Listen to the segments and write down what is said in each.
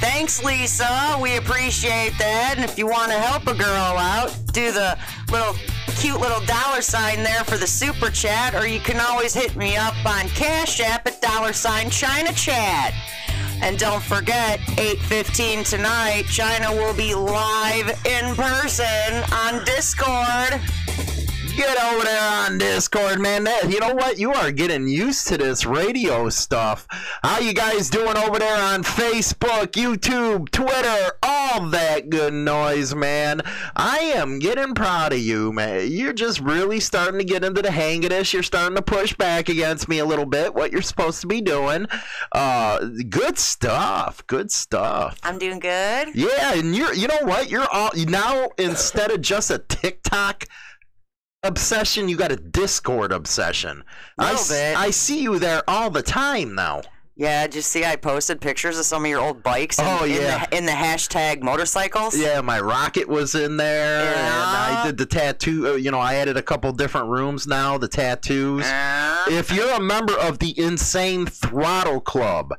Thanks, Lisa. We appreciate that. And if you want to help a girl out, do the little cute little dollar sign there for the super chat, or you can always hit me up on Cash App at dollar sign China Chat. And don't forget, 8:15 tonight, China will be live in person on Discord. Get over there on Discord, man. That, you know what? You are getting used to this radio stuff. How you guys doing over there on Facebook, YouTube, Twitter, all that good noise, man? I am getting proud of you, man. You're just really starting to get into the hang of this. You're starting to push back against me a little bit. What you're supposed to be doing. Uh, good stuff. Good stuff. I'm doing good. Yeah, and you're. You know what? You're all now instead of just a TikTok obsession, you got a Discord obsession. I, Little s- bit. I see you there all the time now. Yeah, did you see I posted pictures of some of your old bikes? In, Oh, yeah. In the, in the hashtag motorcycles. Yeah, my rocket was in there, and I Yeah. did the tattoo. uh, You know, I added a couple different rooms now. The tattoos. Yeah. if you're a member of the Insane Throttle Club,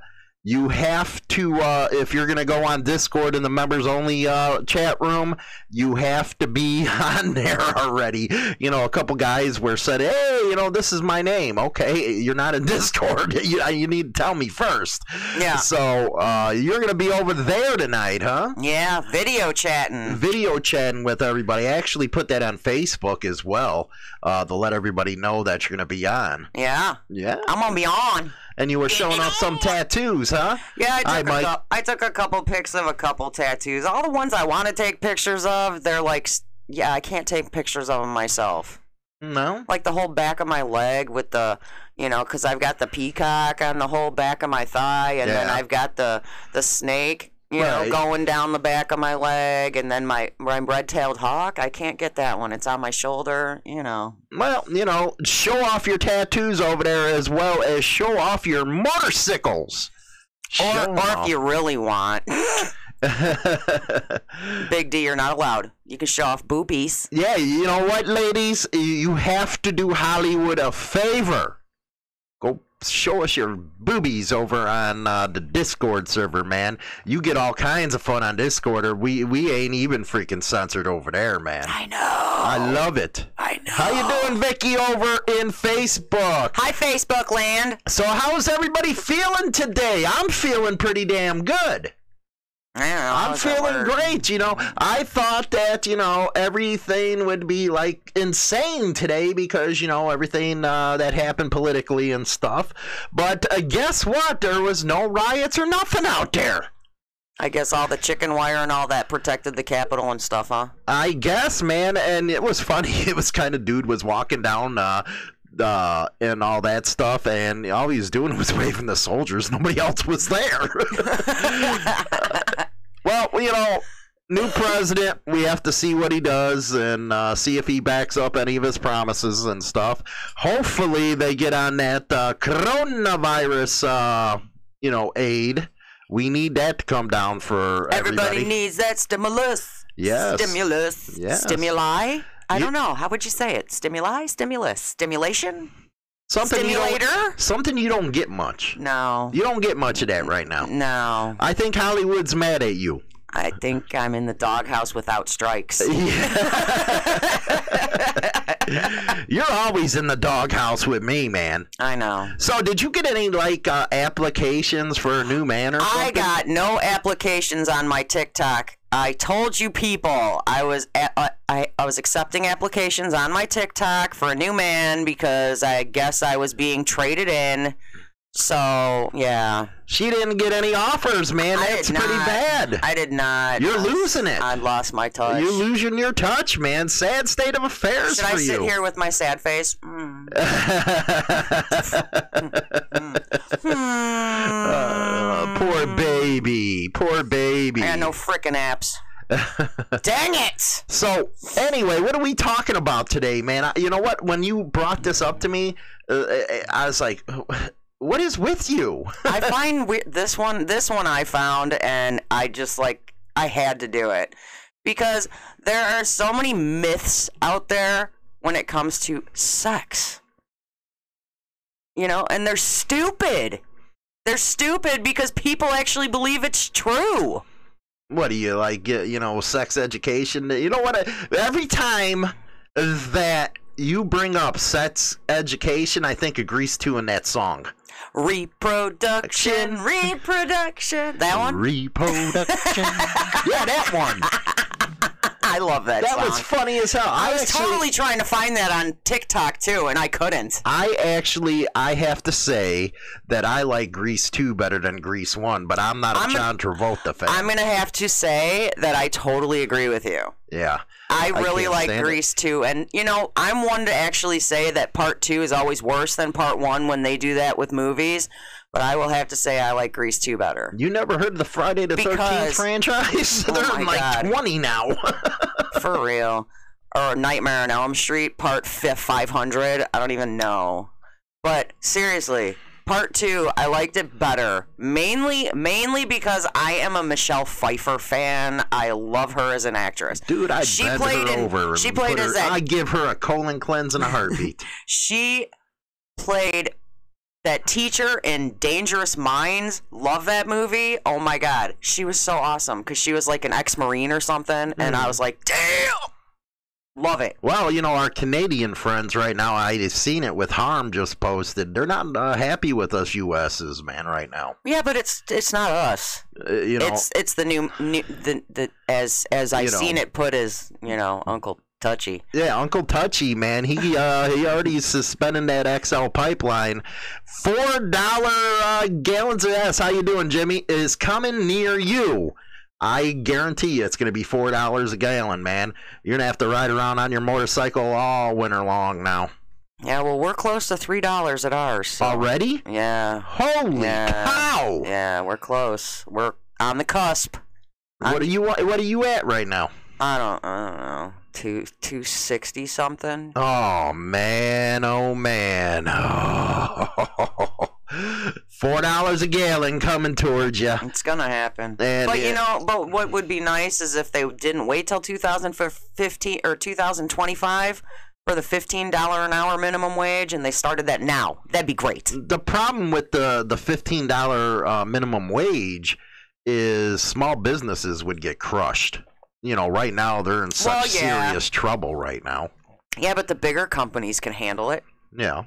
you have to, uh, if you're going to go on Discord in the members only uh, chat room, you have to be on there already. You know, a couple guys were said, hey, you know, this is my name. Okay, you're not in Discord. You, you need to tell me first. Yeah. So uh, you're going to be over there tonight, huh? Yeah, video chatting. video chatting with everybody. I actually put that on Facebook as well uh, to let everybody know that you're going to be on. Yeah, Yeah I'm gonna be on. and you were showing off some tattoos, huh? Yeah, I Hi, took, Mike. a cou- I took a couple pics of a couple tattoos. All the ones I want to take pictures of, they're like, s- yeah, I can't take pictures of them myself. No. Like the whole back of my leg with the, you know, because I've got the peacock on the whole back of my thigh, and then Yeah. I've got the the snake, you Right. know, going down the back of my leg, and then my my red-tailed hawk. I can't get that one. It's on my shoulder, you know. Well, you know, show off your tattoos over there as well as show off your motorcycles. Or, Show or if you really want, off. Big D, you're not allowed. You can show off boobies. yeah, you know what, ladies? You have to do Hollywood a favor. Go show us your boobies over on uh, the Discord server, man. You get all kinds of fun on Discord, or we, we ain't even freaking censored over there, man. I know. I love it. I know. How you doing, Vicky, over in Facebook? Hi, Facebook land. So how's everybody feeling today? I'm feeling pretty damn good. I don't know, how I'm does that feeling work? great, you know. I thought that, you know, everything would be like insane today because, you know, everything uh, that happened politically and stuff. But uh, guess what? There was no riots or nothing out there. I guess all the chicken wire and all that protected the Capitol and stuff, huh? I guess, man. And it was funny. It was kind of dude was walking down uh, uh, and all that stuff, and all he was doing was waving the soldiers. Nobody else was there. well, you know, new president. We have to see what he does and uh, see if he backs up any of his promises and stuff. Hopefully, they get on that uh, coronavirus, uh, you know, aid. We need that to come down for Everybody, needs that stimulus. Yes. Stimulus. Yes. Stimuli. I Ye- don't know. How would you say it? Stimuli? Stimulus? Stimulation? something You Stimulator? don't, something you don't get much. No. You don't get much of that right now. No. I think Hollywood's mad at you. I think I'm in the doghouse without strikes. You're always in the doghouse with me, man. I know. So, did you get any like uh, applications for a new man or something? I got no applications on my TikTok. I told you people I was a- uh, I, I was accepting applications on my TikTok for a new man because I guess I was being traded in. So yeah, She didn't get any offers, man. I That's did pretty not. bad. I did not. You're losing it. I lost my touch. You're losing your touch, man. Sad state of affairs Should for I sit you. here with my sad face? Mm. Hmm. Uh, poor baby. Poor baby. I got no frickin' apps. Dang it! So anyway, what are we talking about today, man? I, you know what? When you brought this up to me, uh, I- I was like, "What is with you?" I find we- this one this one I found and I just like I had to do it because there are so many myths out there when it comes to sex. You know, and they're stupid. They're stupid because people actually believe it's true. what do you like? get, You know, sex education. You know what? Every time that you bring up sex education, I think agrees to in that song. Reproduction, reproduction. That one? Reproduction. yeah, that one. I love that, That song. was funny as hell. I was actually, totally trying to find that on TikTok too, and I couldn't. I actually, I have to say that I like Grease 2 better than Grease 1, but I'm not a I'm a- John Travolta fan. I'm gonna have to say that I totally agree with you. yeah. I really can't like stand it. Grease too, and you know I'm one to actually say that part two is always worse than part one when they do that with movies. But I will have to say I like Grease two better. You never heard of the Friday the 13th Because- franchise? They're my in like God. 20 now. For real. Or Nightmare on Elm Street, part fif- 500. I don't even know. But seriously, part two, I liked it better. Mainly, mainly because I am a Michelle Pfeiffer fan. I love her as an actress. Dude, I She bend played her in- over. she and played put as her- that- I give her a colon cleanse and a heartbeat. She played that teacher in Dangerous Minds. Love that movie. Oh my god, she was so awesome because she was like an ex-marine or something, and I was like, damn, love it. well, you know, our Canadian friends right now, I've seen it with Harm just posted. They're not uh, happy with us USs, man, right now. Yeah, but it's it's not us. Uh, you know, it's it's the new, new the, the as as I You know. seen it put as you know Uncle Touchy. Yeah, Uncle Touchy, man, he uh, he already suspending that XL pipeline. Four dollar uh, gallons of ass. How you doing, Jimmy? Is coming near you. I guarantee you, it's gonna be four dollars a gallon, man. You're gonna have to ride around on your motorcycle all winter long now. Yeah, well we're close to three dollars at ours. so- Already? Yeah, Holy Yeah. cow! yeah, we're close. We're on the cusp. What are you What are you at right now? I don't I don't know two two sixty something. Oh man! Oh man! Four dollars a gallon coming towards you. It's gonna happen. And but it- you know, but what would be nice is if they didn't wait till 2015 or 2025 for the $15 an hour minimum wage, and they started that now. That'd be great. the problem with the the fifteen dollar uh, minimum wage is small businesses would get crushed. You know, right now they're in such Well, yeah. serious trouble right now. Yeah, but the bigger companies can handle it. Yeah.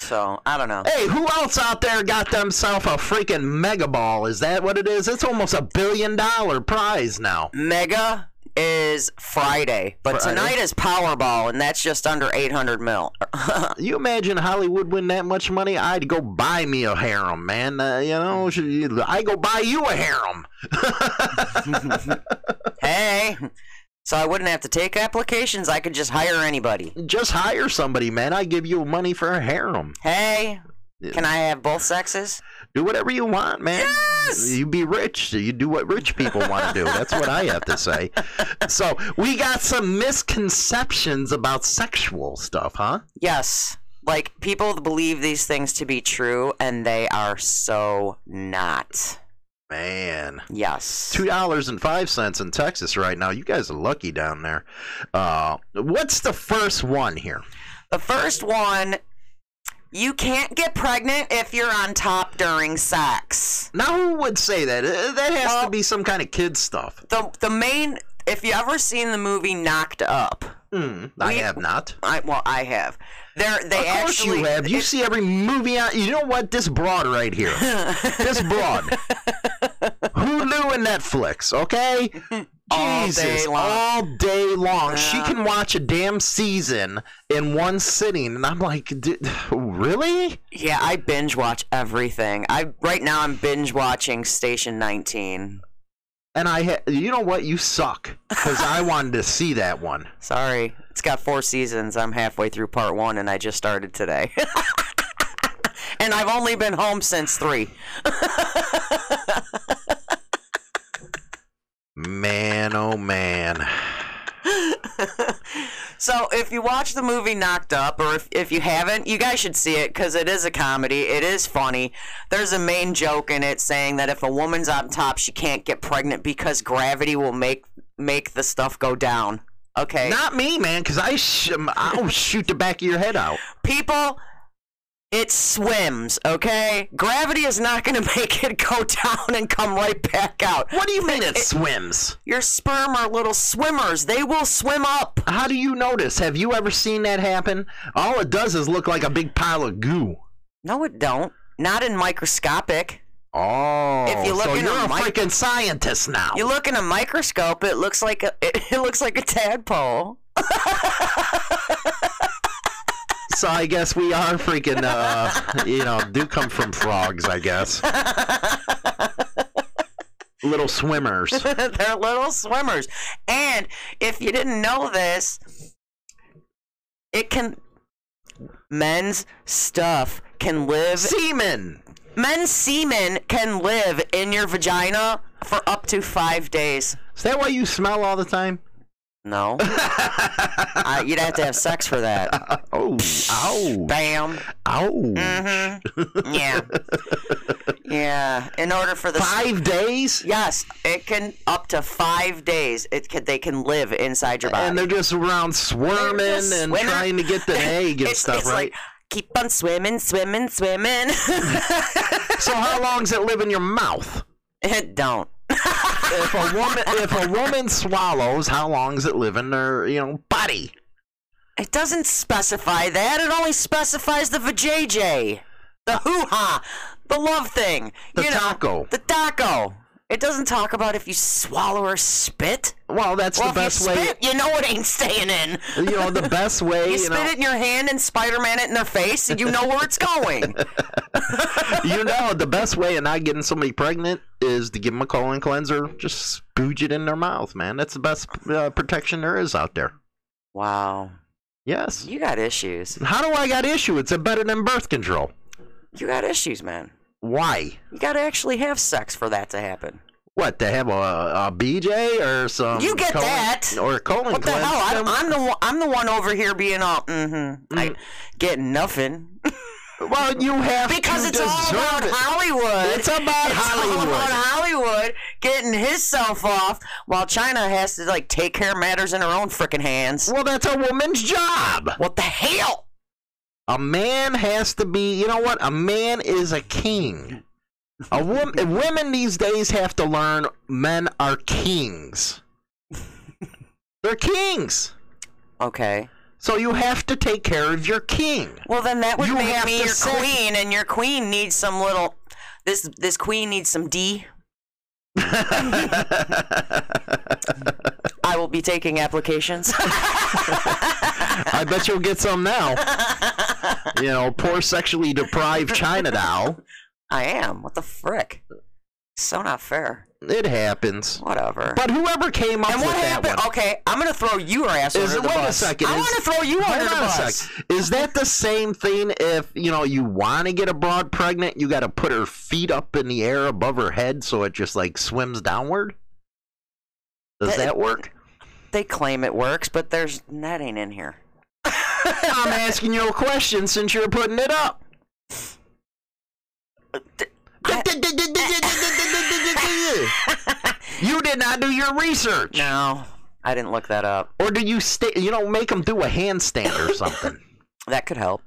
So I don't know. Hey, who else out there got themselves a freaking mega ball? Is that what it is? It's almost a billion dollar prize now. Mega is Friday, but Friday. tonight is Powerball, and that's just under 800 mil. You imagine Hollywood win that much money? I'd go buy me a harem, man. Uh, you know, should- I go buy you a harem. hey, so I wouldn't have to take applications. I could just hire anybody. Just hire somebody, man. I give you money for a harem. Hey, can I have both sexes? Do whatever you want, man. You be rich. You do what rich people want to do. That's what I have to say. So we got some misconceptions about sexual stuff, huh? Yes. Like people believe these things to be true and they are so not. Man. Yes. Two dollars and five cents in Texas right now. You guys are lucky down there. Uh, what's the first one here? The first one you can't get pregnant if you're on top during sex. Now, who would say that? Uh, That has to Well- be some kind of kid stuff. The the main if you ever seen the movie Knocked Up, Mm, I We- have not. I well I have. There they Of course actually eh, you have. You it- see every movie out. You know what? This broad right here. this broad. Hulu and Netflix, okay? All Jesus, day long. all day long. She can watch a damn season in one sitting, and I'm like, D- really? Yeah, I binge watch everything. I right now I'm binge watching Station 19. And I, ha- you know what? You suck because I wanted to see that one. Sorry. It's got four seasons. I'm halfway through part one and I just started today. and I've only been home since three. Man, oh man. So if you watch the movie Knocked Up, or if, if you haven't, you guys should see it because it is a comedy. It is funny. There's a main joke in it saying that if a woman's on top, she can't get pregnant because gravity will make make the stuff go down. Okay. Not me, man, because I sh- I'll shoot the back of your head out. people it swims, okay? Gravity is not going to make it go down and come right back out. What do you mean it swims? Your sperm are little swimmers. They will swim up. How do you notice? Have you ever seen that happen? All it does is look like a big pile of goo. No, it don't. Not in microscopic. Oh, If you look so in you're a a mic- freaking scientist now. You look in a microscope, it looks like a it, it looks like a tadpole. so I guess we are freaking, uh, you know, do come from frogs, I guess. Little swimmers. They're little swimmers. And if you didn't know this, it can men's stuff can live Semen. men's semen can live in your vagina for up to 5 days. Is that why you smell all the time? No. I, you'd have to have sex for that. Oh, ow, Bam. ow. Mm-hmm. Yeah. Yeah. In order for the Five days? Yes, it can up to five days. It can, they can live inside your body. And they're just around squirming They're just and swimming. trying to get the egg and it's, stuff, it's right? Like, keep on swimming, swimming, swimming. so how long's it live in your mouth? it don't. If a woman, if a woman swallows, how long's it live in her, you know, body? It doesn't specify that. It only specifies the vajayjay, the hoo ha, the love thing. The you know, taco. the taco. It doesn't talk about if you swallow or spit. Well, that's Well, the best if you way. spit, you know it ain't staying in. You know, the best way. You, You, spit know, it in your hand and Spider-Man it in their face, and you know where it's going. you know, the best way of not getting somebody pregnant is to give them a colon cleanser. Just spooge it in their mouth, man. That's the best uh, protection there is out there. wow, Yes. you got issues. How do I got issue? It's a better than birth control. You got issues, man. Why? You got to actually have sex for that to happen. What to have a, a BJ or some? You get colon- that. or a colon What the cleanse? hell? I'm, I'm the one, I'm the one over here being all mm-hmm. I get nothing Well, you have because to it's all deserve about it. Hollywood. It's about It's all Hollywood. about Hollywood getting himself off while China has to like take care of matters in her own freaking hands. well, that's a woman's job. What the hell? A man has to be. You know what? A man is a king. A woman. women these days have to learn men are kings. They're kings. Okay. So you have to take care of your king. Well, then that would You make have me to your say- queen, and your queen needs some little. This this queen needs some D. I will be taking applications. I bet you'll get some now. You know, poor sexually deprived China doll. I am. What the frick? So not fair. It happens. Whatever. But whoever came up and with what that happened? one. Okay, I'm gonna throw your ass Is under it- the wait a bus. second, I is- want to throw you under Hold the on a bus. sec. Is that the same thing if, you know, you want to get a broad pregnant, you got to put her feet up in the air above her head so it just like swims downward? Does That- that work? They claim it works, but there's that ain't in here. I'm asking you a question since you're putting it up. you did not do your research. No, I didn't look that up. Or do you stay, you know, make them do a handstand or something? That could help.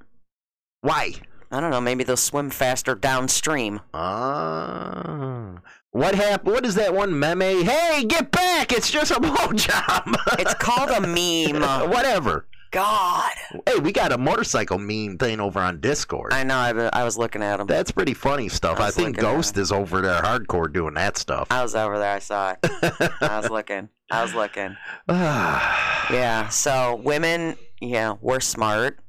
Why? I don't know. Maybe they'll swim faster downstream. Uh, what hap- What is that one meme? Hey, get back! It's just a blowjob. It's called a meme. Whatever. God. Hey, we got a motorcycle meme thing over on Discord. I know. I, be- I was looking at them. That's pretty funny stuff. I I, was think looking at Ghost is over there hardcore doing that stuff. I was over there. I saw it. I was looking. I was looking. that Yeah. So women, yeah, we're smart.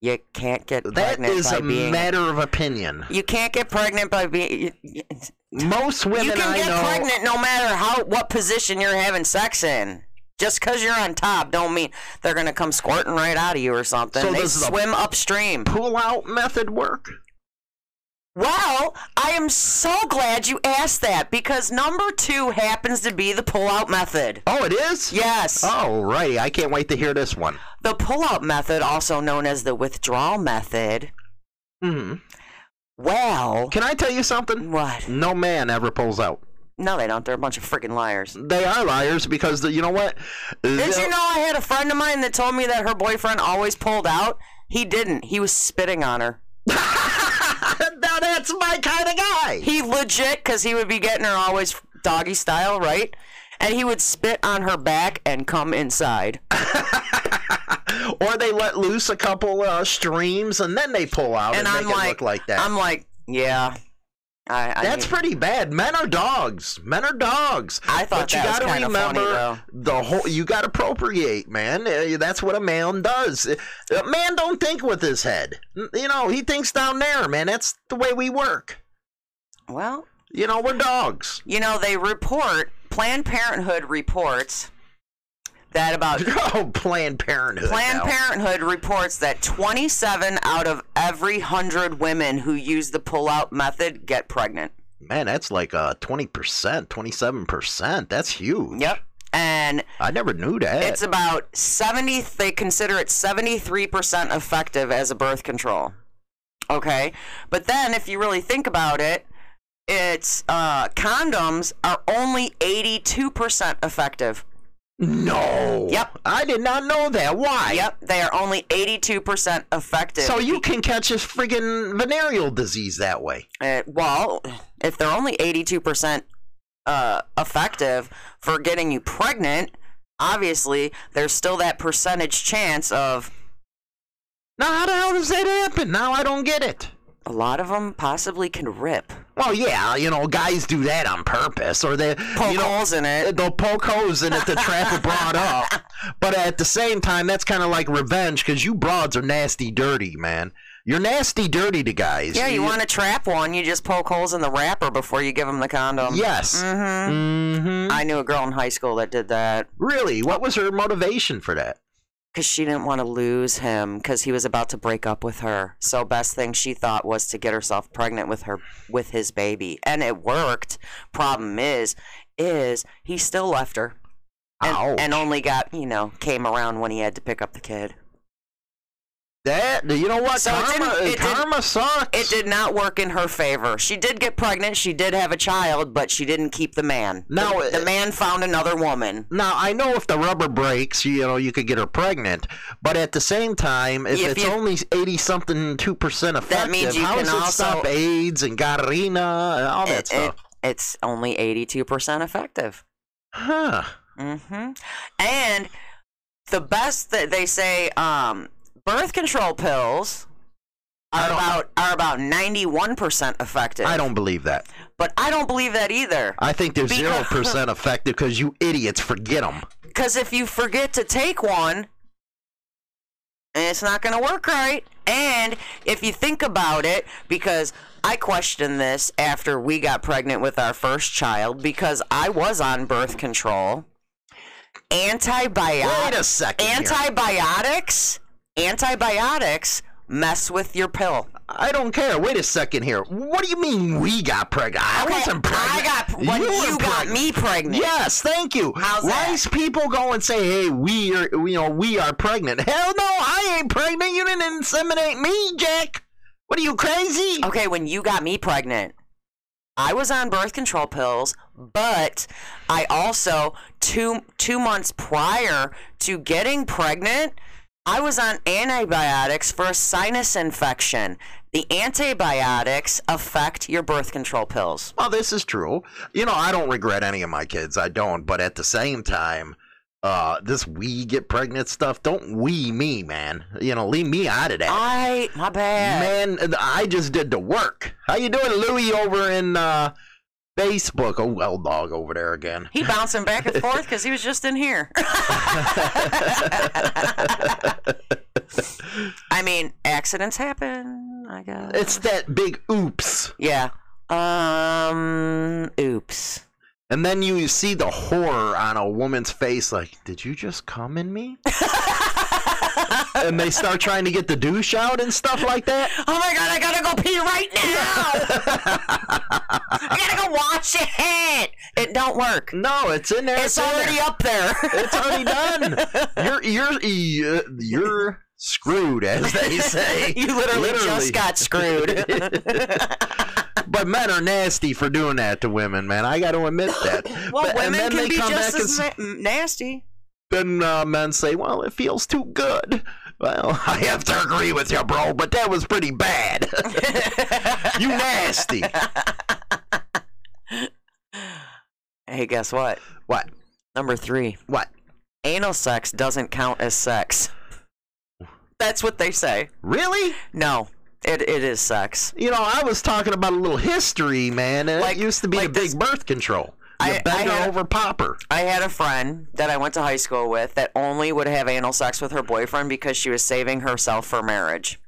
You can't get pregnant is by a being. matter of opinion. you can't get pregnant by being. You, Most you women can I get know. pregnant no matter how what position you're having sex in. Just because you're on top, don't mean they're gonna come squirting right out of you or something. So they this is a- swim upstream. Pull out method work. Well, I am so glad you asked that because number two happens to be the pull-out method. Oh, it is. Yes. Oh, righty. I can't wait to hear this one. The pull-out method, also known as the withdrawal method, hmm well, Can I tell you something? what? No man ever pulls out. No, they don't. They're a bunch of freaking liars. They are liars because the, you know what? Did you know I had a friend of mine that told me that her boyfriend always pulled out? He didn't. He was spitting on her. now that's my kind of guy. He legit, because he would be getting her always doggy style, right? And he would spit on her back and come inside. Or they let loose a couple uh, streams and then they pull out and, And I'm make it like, look like that. I'm like, yeah. I, I That's pretty bad. Men are dogs. Men are dogs. I thought but you that was gotta kinda remember funny, though. the whole. You got to procreate, man. Uh, That's what a man does. Uh, A man don't think with his head. N- You know, he thinks down there, man. That's the way we work. well, You know, we're dogs. you know, they report Planned Parenthood reports that about Oh, Planned Parenthood. Planned now. Parenthood reports that 27 out of every 100 women who use the pull-out method get pregnant. Man, that's like uh twenty percent, twenty seven percent. That's huge. Yep. And I never knew that. it's about 70 they consider it 73% effective as a birth control. Okay? But then if you really think about it, it's uh, condoms are only 82% effective. no. Yep. I did not know that. Why? Yep, they are only 82% effective. So you can catch a friggin' venereal disease that way. Uh, well, if they're only 82% uh, effective for getting you pregnant, obviously there's still that percentage chance of Now, how the hell does that happen? Now I don't get it. a lot of them possibly can rip. Well, yeah, you know, guys do that on purpose, or they Poke you know, holes in it. they'll poke holes in it to trap it broad up. But at the same time, that's kind of like revenge because you broads are nasty, dirty, man. You're nasty, dirty to guys. Yeah, you want to trap one, you just poke holes in the wrapper before you give them the condom. Yes. Mm-hmm. I knew a girl in high school that did that Really? What was her motivation for that? because she didn't want to lose him because he was about to break up with her. So best thing she thought was to get herself pregnant with her with his baby, and it worked. Problem is, is he still left her, Ouch. and, and only got you know came around when he had to pick up the kid. That you know what? So it karma, didn't- it didn't- karma sucks. It did not work in her favor. She did get pregnant. She did have a child, but she didn't keep the man. No, the, the it- man found another woman. Now I know if the rubber breaks, you know you could get her pregnant, but at the same time, if, If it's you- only eighty something two percent effective, means you how can does it stop also- AIDS and gonorrhea and all that It- it- stuff? it's only 82% effective. huh? hmm And the best that they say, um, birth control pills I are don't- about are about 91% effective. I don't believe that. but I don't believe that either. I think they're Because- zero percent effective because you idiots forget them. Because if you forget to take one, it's not going to work right. And if you think about it, because I questioned this after we got pregnant with our first child, because I was on birth control, antibiotics. Wait a second. here. antibiotics antibiotics mess with your pill I don't care. Wait a second here. What do you mean we got pregnant? I wasn't pregnant. i got when were you, got pregnant. me pregnant Yes, thank you. How's Why that? is people go and say, "Hey, we are, you know, we are pregnant"? Hell no, I ain't pregnant. You didn't inseminate me, Jack. What are you crazy? okay when you got me pregnant i was on birth control pills but i also two two months prior to getting pregnant i was on antibiotics for a sinus infection the antibiotics affect your birth control pills Well, this is true. You know, I don't regret any of my kids. I don't. But at the same time, uh, this we get pregnant stuff. Don't we me, man. You know, leave me out of Oh, that. i my bad Man, I just did the work. How you doing, Louie, over in uh, Facebook? Oh, well, dog over there again. He bouncing back and forth because he was just in here. I mean, accidents happen. I guess. It's that big oops. yeah. Um. Oops. And then you see the horror on a woman's face, like, did you just come in me? and they start trying to get the douche out and stuff like that. Oh my god! I gotta go pee right now. I gotta go watch it. It don't work. No, it's in there. It's in there. already up there. It's already done. You're you're you're, you're screwed, as they say. you literally, just got screwed. But men are nasty for doing that to women, man. I got to admit that. well, But- women and then can they be come back just and as s- na- "Mm, nasty. then uh, men say, "Well, it feels too good." Well, I have to agree with you, bro, but that was pretty bad. you nasty. Hey, guess what? What? Number three. What? Anal sex doesn't count as sex. That's what they say. Really? No, it, it is sex. You know, I was talking about a little history, man, and Like- it used to be like a big this- birth control. You I- bend I her had- over popper. I had a friend that I went to high school with that only would have anal sex with her boyfriend because she was saving herself for marriage.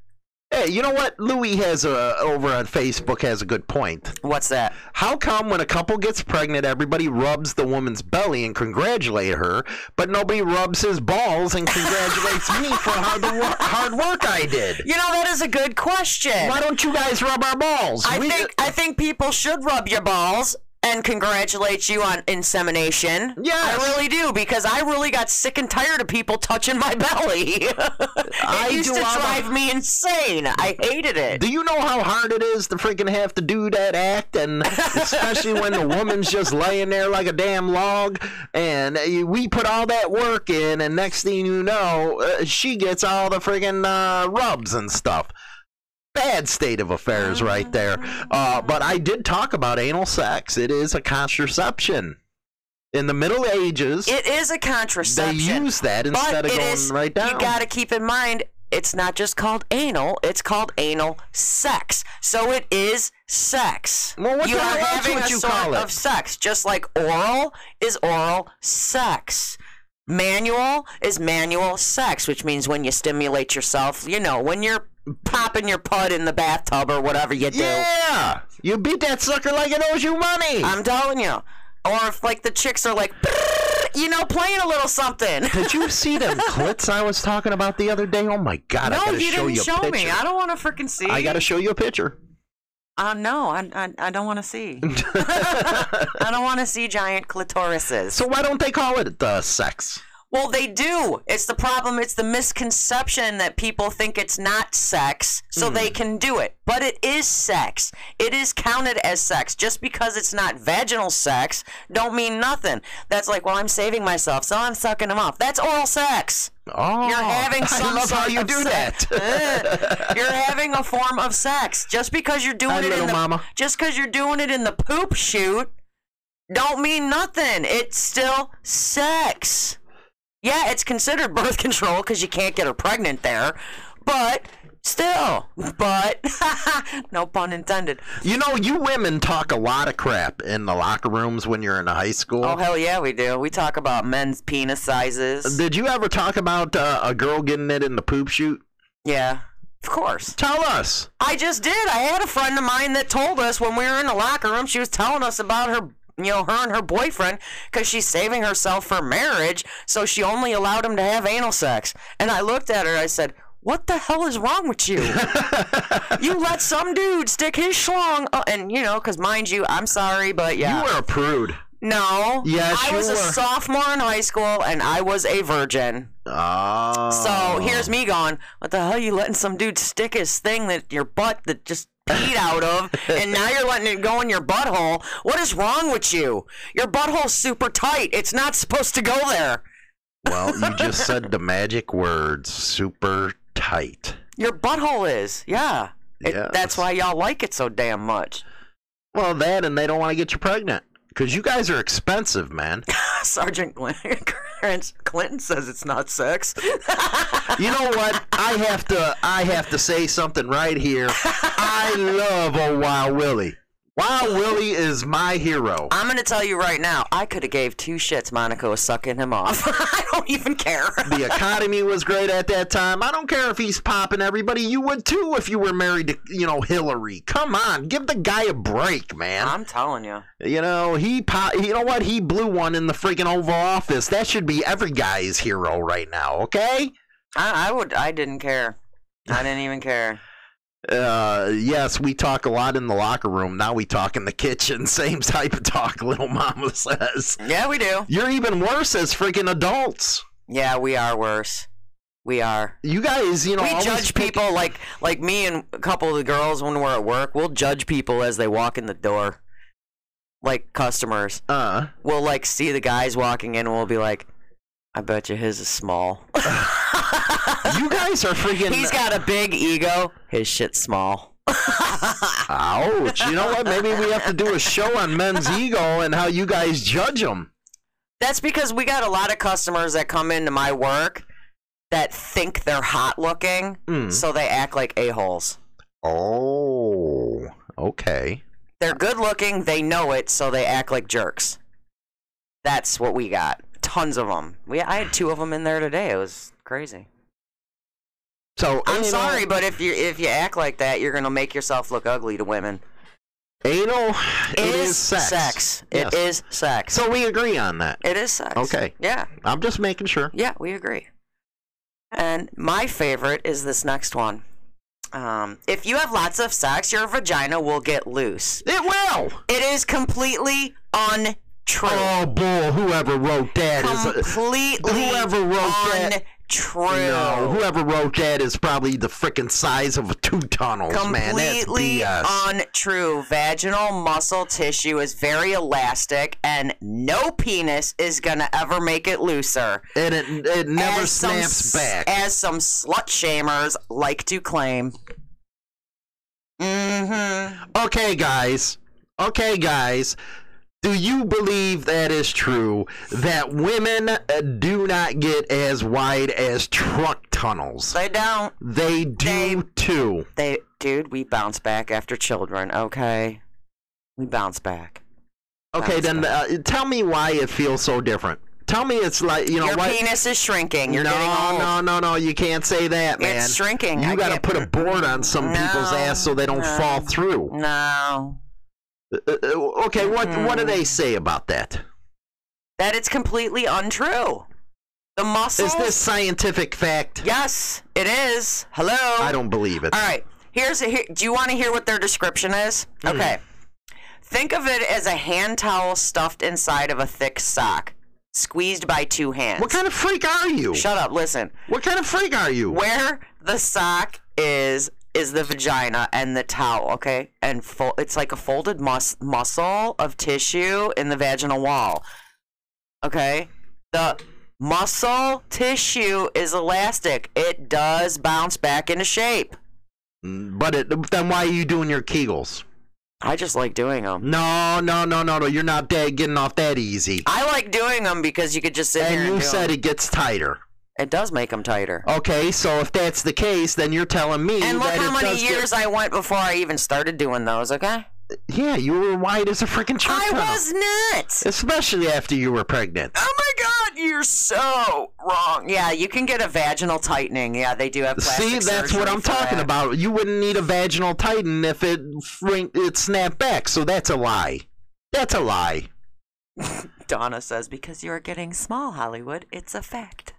Hey, you know what? Louis has a over on Facebook has a good point. What's that? How come when a couple gets pregnant, everybody rubs the woman's belly and congratulate her, but nobody rubs his balls and congratulates me for how the wor- hard work I did? You know, that is a good question. Why don't you guys rub our balls? I We- think I think people should rub your balls and congratulate you on insemination. Yes. I really do because I really got sick and tired of people touching my belly. it I used do to all the- drive me insane. I hated it. Do you know how hard it is to freaking have to do that act, and especially when the woman's just laying there like a damn log, and uh, we put all that work in, and next thing you know, uh, she gets all the freaking uh, rubs and stuff. Bad state of affairs right there. Uh, but I did talk about anal sex. It is a contraception. In the Middle Ages, It is a they contraception. used that instead but of it going is- right down. You got to keep in mind, it's not just called anal; it's called anal sex. So it is sex. Well, what you the are hell else having would a you sort call it? of sex, just like oral is oral sex. Manual is manual sex, which means when you stimulate yourself, you know, when you're popping your pud in the bathtub or whatever you do. yeah! You beat that sucker like it owes you money! I'm telling you. Or if like the chicks are like, you know, playing a little something. Did you see them clits I was talking about the other day? Oh my god! I No, gotta you show didn't you a show picture. me. I don't want to freaking see. I gotta show you a picture. Uh, no, I, I, I don't want to see. I don't want to see giant clitorises. So why don't they call it the sex? well, they do. It's the problem. It's the misconception that people think it's not sex, so Hmm. they can do it. But it is sex. It is counted as sex. Just because it's not vaginal sex, don't mean nothing. That's like, well, I'm saving myself, so I'm sucking them off. That's oral sex. Oh, You're having some I love sort how you of do sex. that. Ugh. you're having a form of sex just because you're doing Hi, it in little the mama. just because you're doing it in the poop shoot don't mean nothing. It's still sex. Yeah, it's considered birth control because you can't get her pregnant there, but still, but no pun intended. You know, you women talk a lot of crap in the locker rooms when you're in high school. Oh hell yeah, we do. We talk about men's penis sizes. Did you ever talk about uh, a girl getting it in the poop chute? yeah, of course. Tell us. I just did. I had a friend of mine that told us when we were in the locker room, she was telling us about her, you know, her and her boyfriend because she's saving herself for marriage, so she only allowed him to have anal sex. And I looked at her, I said, what the hell is wrong with you? you let some dude stick his schlong, uh, and you know, because mind you, I'm sorry, but yeah. You were a prude. no. Yes, I you was a were. sophomore in high school, and I was a virgin. Oh. So here's me going, what the hell you letting some dude stick his thing that your butt that just peed out of, and now you're letting it go in your butthole? What is wrong with you? Your butthole's super tight. It's not supposed to go there. well, you just said the magic words. Super tight. Your butthole is, yeah. It, Yes. That's why y'all like it so damn much. Well, that and they don't want to get you pregnant because you guys are expensive, man. Sergeant Clinton, Clinton says it's not sex. You know what? I have to. I have to say something right here. I love a Wild Willie. Wild Willie is my hero. I'm gonna tell you right now, I could have gave two shits Monaco was sucking him off. I don't even care. The economy was great at that time. I don't care if he's popping everybody. You would too if you were married to, you know, Hillary. Come on, give the guy a break, man. I'm telling you. You know, he po- you know what? He blew one in the freaking Oval Office. That should be every guy's hero right now, okay? I, I would. I didn't care. I didn't even care. Uh, yes, we talk a lot in the locker room. Now we talk in the kitchen. Same type of talk, little mama says. Yeah, we do. You're even worse as freaking adults. Yeah, we are worse. We are. You guys, you know, We always judge pick- people like like me and a couple of the girls when we're at work. We'll judge people as they walk in the door, like customers. Uh, We'll like see the guys walking in, and we'll be like, I bet you his is small. You guys are freaking. He's got a big ego. His shit's small. Ouch. You know what? Maybe we have to do a show on men's ego and how you guys judge them. That's because we got a lot of customers that come into my work that think they're hot looking, Mm. so they act like a-holes. Oh, okay. They're good looking, they know it, so they act like jerks. That's what we got. Tons of them. We I had two of them in there today. It was crazy. So I'm anal- sorry, but if you if you act like that, you're gonna make yourself look ugly to women. Anal it is, sex. Yes. It is sex. So we agree on that. it is sex. Okay. Yeah. I'm just making sure. Yeah, we agree. And my favorite is this next one. Um, if you have lots of sex, your vagina will get loose. It will. It is completely untrue. Oh, bull! Whoever wrote that is. Completely whoever wrote that- untrue. No, whoever wrote that is probably the freaking size of two tunnels, man. That's completely BS. untrue. Vaginal muscle tissue is very elastic, and no penis is gonna ever make it looser. and it, it never as some s- snaps back. As some slut shamers like to claim. Mm-hmm. okay, guys. Okay, guys. Do you believe that is true that women uh, do not get as wide as truck tunnels? They don't. They do too. They, dude, we bounce back after children. Okay, we bounce back. Okay, That's then uh, tell me why it feels so different. Tell me it's like you know Your what? penis is shrinking. You're no, getting old. no, no, no! You can't say that, man. It's shrinking. You I gotta can't- put a board on some people's No, ass so they don't no. fall through. No. Uh, uh, okay, what what Mm-hmm. do they say about that? That it's completely untrue. The muscles. Is this scientific fact? Yes, it is. Hello. I don't believe it. All right. Here's a, here, do you want to hear what their description is? Hmm. Okay. Think of it as a hand towel stuffed inside of a thick sock, squeezed by two hands. What kind of freak are you? Shut up. Listen. What kind of freak are you? Where the sock is is the vagina and the towel. Okay, and fo- it's like a folded mus- muscle of tissue in the vaginal wall. Okay, the muscle tissue is elastic. It does bounce back into shape. Mm, But it, then why are you doing your Kegels? I just like doing them. No, no, no, no, no. You're not that getting off that easy. I like doing them because you could just sit here And and you do 'em. said Oh, it gets tighter. it does make them tighter. Okay, so if that's the case, then you're telling me and look that how it many does get- years I went before I even started doing those. Okay, yeah, you were wide as a freaking truck. I tunnel. was nuts. especially after you were pregnant. Oh my god, you're so wrong. Yeah, you can get a vaginal tightening. Yeah, they do have plastic See, that's what surgery I'm for talking that. about. You wouldn't need a vaginal titan if it frin- it snapped back. So that's a lie. That's a lie. Donna says because you're getting small, Hollywood, it's a fact.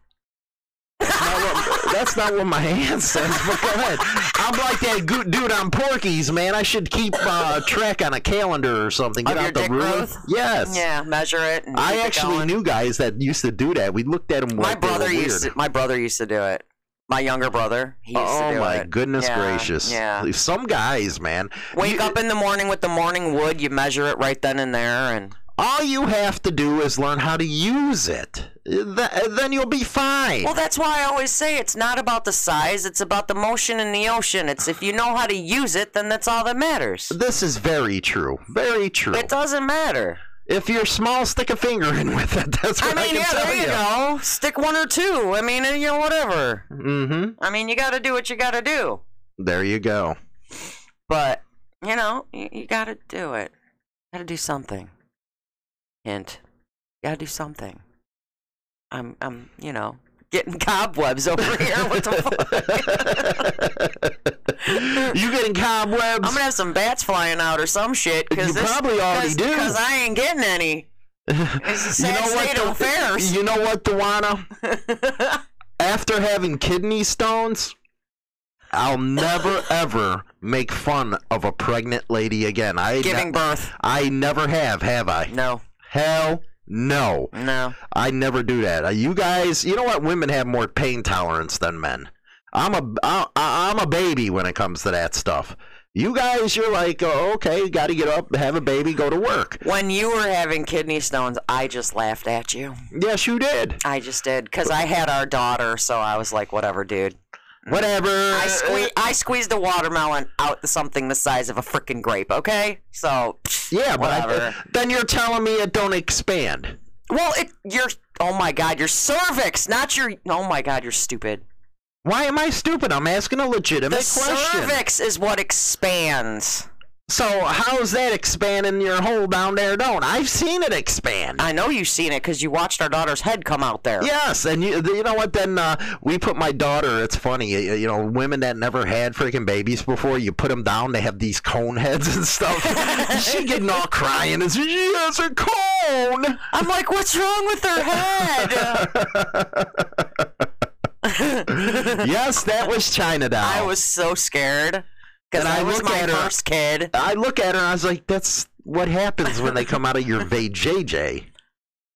Not what- that's not what my hand says. But go ahead. I'm like that goo dude on Porky's, man. I should keep uh, track on a calendar or something. Of Get your out the dick ruler. growth? Yes. Yeah, measure it. And I keep it actually going. knew guys that used to do that. We looked at them. my like they were brother used weird. to, my brother used to do it. My younger brother, he used oh to do my it. goodness Yeah, gracious! Yeah. Some guys, man. Wake You- up in the morning with the morning wood. You measure it right then and there, and All you have to do is learn how to use it. Th- then you'll be fine. well, that's why I always say it's not about the size; it's about the motion in the ocean. It's if you know how to use it, then that's all that matters. this is very true. Very true. It doesn't matter. if you're small, stick a finger in with it. That's I what I, mean, can yeah, tell there you go. Stick one or two. I mean, you know, whatever. Mm-hmm. I mean, you got to do what you got to do. There you go. But you know, you, you got to do it. Got to do something. Hint. Got to do something. I'm, I'm, you know, getting cobwebs over here. What the fuck? you getting cobwebs? I'm gonna have some bats flying out or some shit. Cause You probably already do. Because I ain't getting any. It's a sad state of affairs. you know what, Dewana? After having kidney stones, I'll never ever make fun of a pregnant lady again. I ne- Giving birth. I never have, have I? No, Hell no. no. I never do that. Uh, You guys, you know what? Women have more pain tolerance than men. I'm a I, I- I'm a baby when it comes to that stuff. You guys, you're like, oh, okay, got to get up, have a baby, go to work. When you were having kidney stones, I just laughed at you. Yes, you did. I just did because I had our daughter, so I was like, whatever, dude. Whatever. I, sque- I squeezed a watermelon out to something the size of a freaking grape, okay? So, Yeah, but I, whatever. then you're telling me it don't expand. well, it, your, oh my god, your cervix, not your, oh my god, you're stupid. Why am I stupid? I'm asking a The legitimate question. cervix is what expands. So how's that expanding your hole down there? Don't I've seen it expand. I know you've seen it because you watched our daughter's head come out there. Yes, and you, you know what? Then uh, we put my daughter. It's funny, you, you know, women that never had freaking babies before. You put them down, they have these cone heads and stuff. she getting all crying and says, "She has a cone." I'm like, what's wrong with her head? yes, that was China doll. I was so scared because And I I was look my at her- first kid. I look at her and I was like, "That's what happens when they come out of your vajayjay."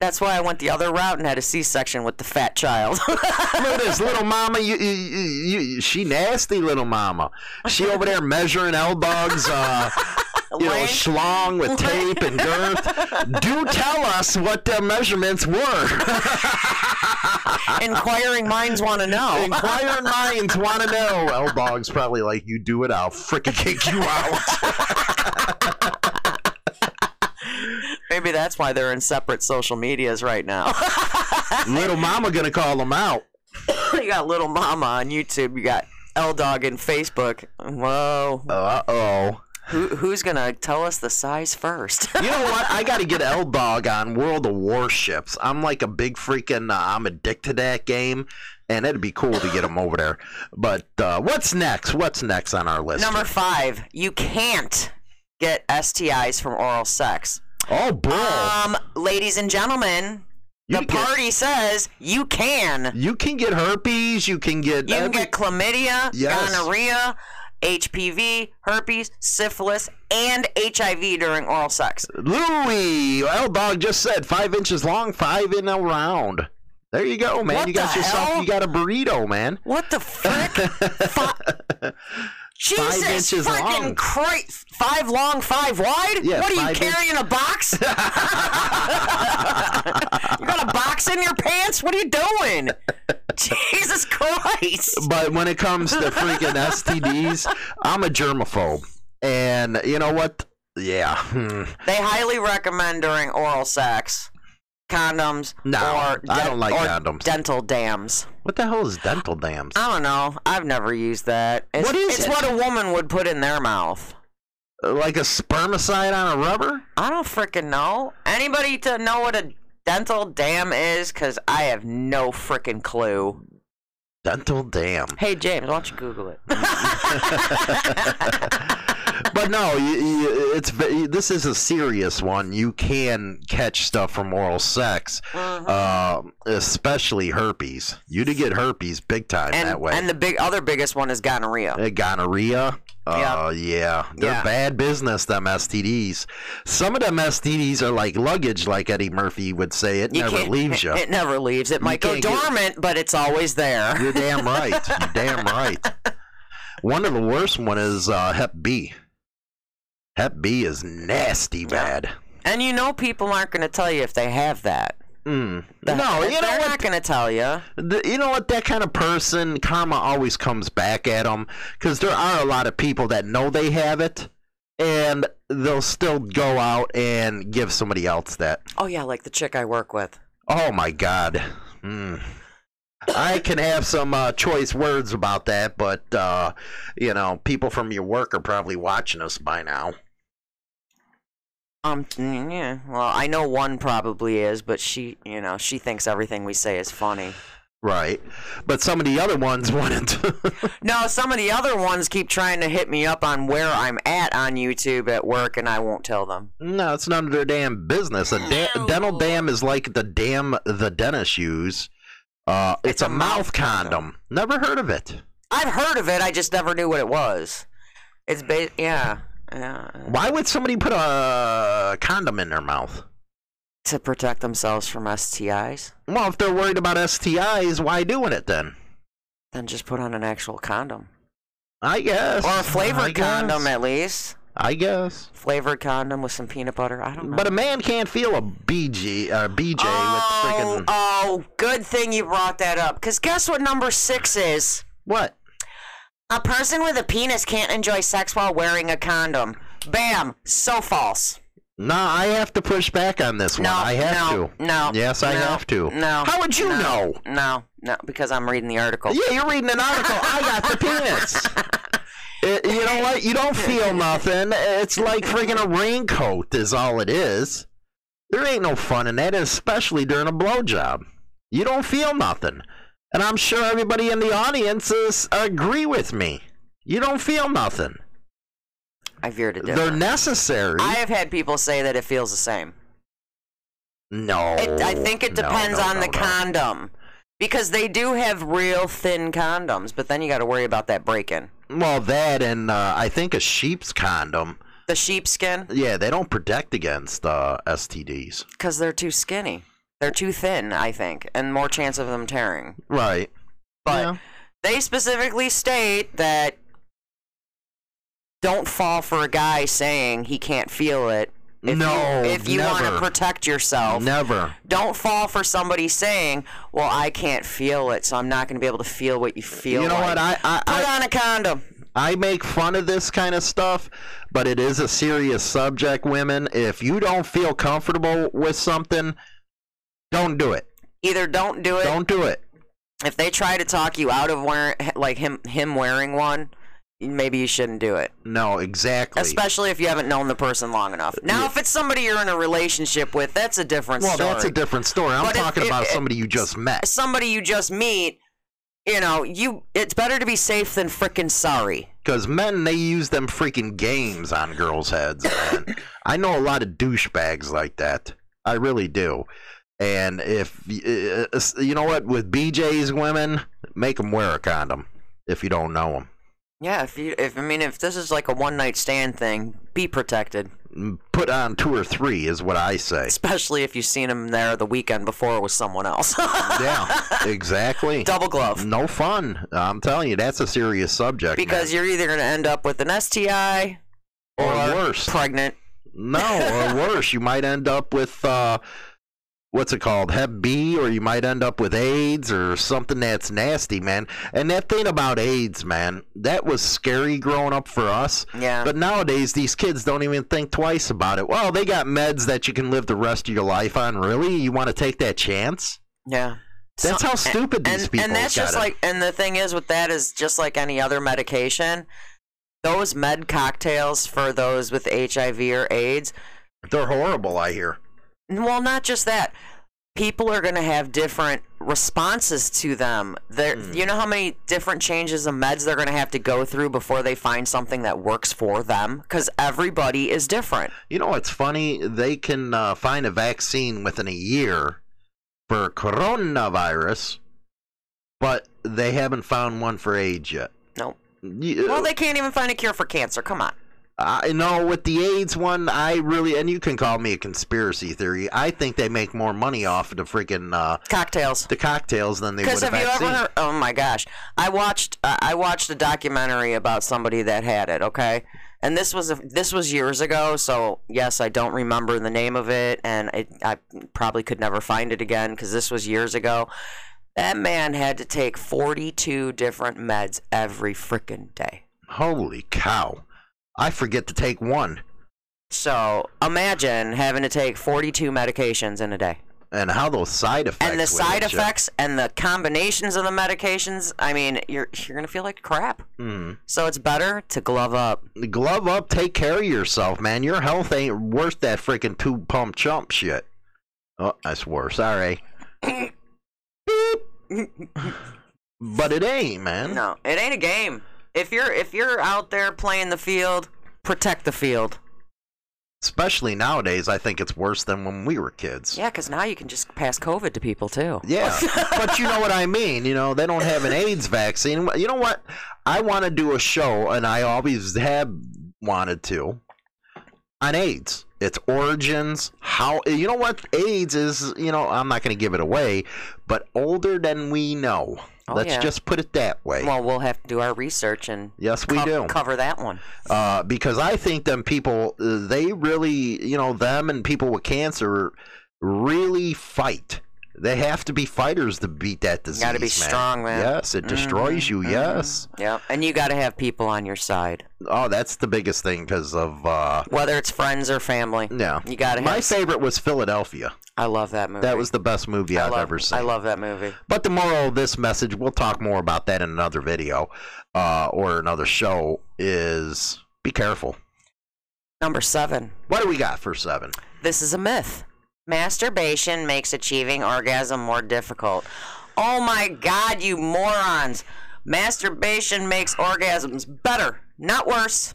That's why I went the other route and had a C-section with the fat child. Look at this little mama. You, you, you, you- she nasty little mama. She over there measuring L bugs, uh, you know, Length. schlong with tape and girth. Do tell us what their measurements were. Inquiring minds want to know. Inquiring minds want to know. L bugs probably like you do it. I'll freaking kick you out. Maybe that's why they're in separate social medias right now. little mama gonna call them out. you got little mama on YouTube. You got L Dog and Facebook. Whoa, Uh oh. Who, who's gonna tell us the size first? You know what? I got to get L Dog on World of Warships. I'm like a big freaking. Uh, I'm addicted to that game, and it'd be cool to get him over there. But uh, what's next? What's next on our list? Number five, you can't get STIs from oral sex. oh, bro, Um, ladies and gentlemen, you the can get- party says you can. You can get herpes. You can get. You can every- get chlamydia, Yes. gonorrhea, HPV, herpes, syphilis, and HIV during oral sex. Louis L Dog just said five inches long, five in a round. There you go, man. What you got the yourself. hell? You got a burrito, man. What the frick? Fi- Jesus inches freaking long. Christ! Five long, five wide. Yeah, what are you five inch- carrying a box? you got a box in your pants? What are you doing? Jesus Christ! But when it comes to freaking STDs, I'm a germaphobe, and you know what? Yeah. hmm. They highly recommend during oral sex condoms No, or I dent- don't like or condoms. dental dams. What the hell is dental dams? I don't know. I've never used that. It's, What is it's it? what a woman would put in their mouth. Like a spermicide on a rubber? I don't freaking know. Anybody to know what a dental dam is? Because I have no freaking clue. Dental dam. Hey, James, why don't you Google it? But no, you, you, it's ve- this is a serious one. You can catch stuff from oral sex, um, especially herpes. You do get herpes big time and, that way. and the big other biggest one is gonorrhea. Uh, gonorrhea. Uh, yeah. They're Yeah. bad business, them STDs. Some of them STDs are like luggage, like Eddie Murphy would say. It never can't- leaves you. It never leaves. It might go can't get- dormant, but it's always there. You're damn right. You're damn right. One of the worst one is uh, Hep B. Hep B is nasty bad. And you know people aren't going to tell you if they have that. Mm. The- No, you know they're what? not going to tell you. The, you know what? That kind of person, karma always comes back at them because there are a lot of people that know they have it, and they'll still go out and give somebody else that. Oh yeah, like the chick I work with. Oh my God. Mm. I can have some uh, choice words about that, but uh, you know, people from your work are probably watching us by now. Um, mm, yeah. Well, I know one probably is, but she, you know, she thinks everything we say is funny. Right. But some of the other ones wouldn't. No, some of the other ones keep trying to hit me up on where I'm at on YouTube at work, and I won't tell them. no, it's none of their damn business. A da- dental dam is like the dam the dentist use. Uh, it's, a, mouth condom. Never heard of it. I've heard of it, I just never knew what it was. It's ba- yeah, yeah, Why would somebody put a condom in their mouth? to protect themselves from STIs. Well, if they're worried about STIs, why doing it then? Then just put on an actual condom. I guess. Or a I flavored guess. condom, at least. I guess. Flavored condom with some peanut butter. I don't know. But a man can't feel a BG, uh, BJ oh, with freaking. oh, good thing you brought that up. Because guess what number six is? what? A person with a penis can't enjoy sex while wearing a condom. Bam. So false. No, I have to push back on this one. No, I have no, to. no, Yes, I no, have to. no, How would you no. know? No, no, because I'm reading the article. Yeah, you're reading an article. I got the penis. It, you know what? You don't feel nothing. It's like freaking a raincoat is all it is. There ain't no fun in that, especially during a blowjob. You don't feel nothing. And I'm sure everybody in the audience is, agree with me. You don't feel nothing. I veered it They're different. necessary. I have had people say that it feels the same. no. It, I think it Oh, No, depends no, on no, the no. condom. Because they do have real thin condoms, but then you got to worry about that break in. Well, that and uh, I think a sheep's condom. The sheepskin, Yeah, they don't protect against uh, STDs. because they're too skinny. They're too thin, I think, and more chance of them tearing. Right. But Yeah. they specifically state that don't fall for a guy saying he can't feel it. If No, You, if you want to never. protect yourself, Never. don't fall for somebody saying, well, I can't feel it, so I'm not going to be able to feel what you feel. You know like." uh, what? I I, Put I, on a condom. I make fun of this kind of stuff, but it is a serious subject, women. If you don't feel comfortable with something, don't do it. Either don't do it. Don't do it. If they try to talk you out of wearing, like him, him wearing one, maybe you shouldn't do it. No, exactly. Especially if you haven't known the person long enough. Now, if it's somebody you're in a relationship with, that's a different well, story. that's a different story. I'm But if- talking if- about if- somebody you just met. somebody you just meet, you know, you it's better to be safe than frickin' sorry. Because men, they use them freaking games on girls' heads. Man. I know a lot of douchebags like that. I really do. And if y- uh, uh, you know what, with BJ's women, make them wear a condom if you don't know them. Yeah, if you if I mean if this is like a one night stand thing, be protected. put on two or three is what I say. Especially if you've seen him there the weekend before with someone else. Yeah, exactly. Double glove. No fun. I'm telling you, that's a serious subject. Because you're either gonna end up with an STI man. or, or worse, pregnant. no, or worse, you might end up with uh, what's it called, Hep B, or you might end up with AIDS or something that's nasty, man. And that thing about AIDS, man, that was scary growing up for us. Yeah. But nowadays, these kids don't even think twice about it. Well, they got meds that you can live the rest of your life on. Really, you want to take that chance? yeah. That's how stupid these and, people and that's got just it. like and the thing is with that is just like any other medication, those med cocktails for those with HIV or AIDS They're horrible, I hear. Well, not just that. People are going to have different responses to them. There, Hmm. You know how many different changes of meds they're going to have to go through before they find something that works for them? Because everybody is different. You know what's funny? They can uh, find a vaccine within a year for coronavirus, but they haven't found one for AIDS yet. No. You, Well, they can't even find a cure for cancer. Come on. I know with the AIDS one, I really and you can call me a conspiracy theory. I think they make more money off of the freaking uh, Cocktails. the cocktails than they would Because a have you vaccine. ever heard? Oh my gosh, I watched uh, I watched a documentary about somebody that had it. Okay, and this was a, this was years ago, so yes, I don't remember the name of it, and it, I probably could never find it again because this was years ago. That man had to take forty two different meds every freaking day. Holy cow! I forget to take one. So imagine having to take forty two medications in a day. And how those side effects? And the would side hit ya. effects and the combinations of the medications, I mean, you're you're gonna feel like crap. Mm. So it's better to glove up. glove up, take care of yourself, man. Your health ain't worth that freaking two pump chump shit. Oh, I swore. Sorry. Beep. but it ain't, man. No, it ain't a game. If you're if you're out there playing the field, protect the field. Especially nowadays, I think it's worse than when we were kids. Yeah, because now you can just pass COVID to people too. Yeah, but you know what I mean. You know, they don't have an AIDS vaccine. You know what? I want to do a show, and I always have wanted to, on AIDS. its origins, how you know what AIDS is. You know, I'm not going to give it away, but older than we know. Oh, Let's yeah. just put it that way. Well, we'll have to do our research and yes, we co- do. cover that one. uh, because I think them people, uh, they really, you know, them and people with cancer really fight. They have to be fighters to beat that disease. Got to be strong, man. Mm-hmm, Yes, it destroys you. Yes. Yep. And you got to have people on your side, Oh, that's the biggest thing because of uh, whether it's friends or family. yeah. You got to have. My favorite was Philadelphia. I love that movie. That was the best movie I I've love, ever seen. I love that movie. But the moral of this message, we'll talk more about that in another video uh, or another show, is be careful. Number seven. What do we got for seven? This is a myth. Masturbation makes achieving orgasm more difficult. Oh my God, you morons! Masturbation makes orgasms better, not worse,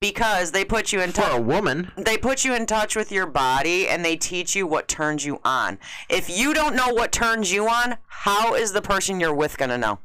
because they put you in touch. For a woman, They put you in touch with your body and they teach you what turns you on. If you don't know what turns you on, how is the person you're with gonna know?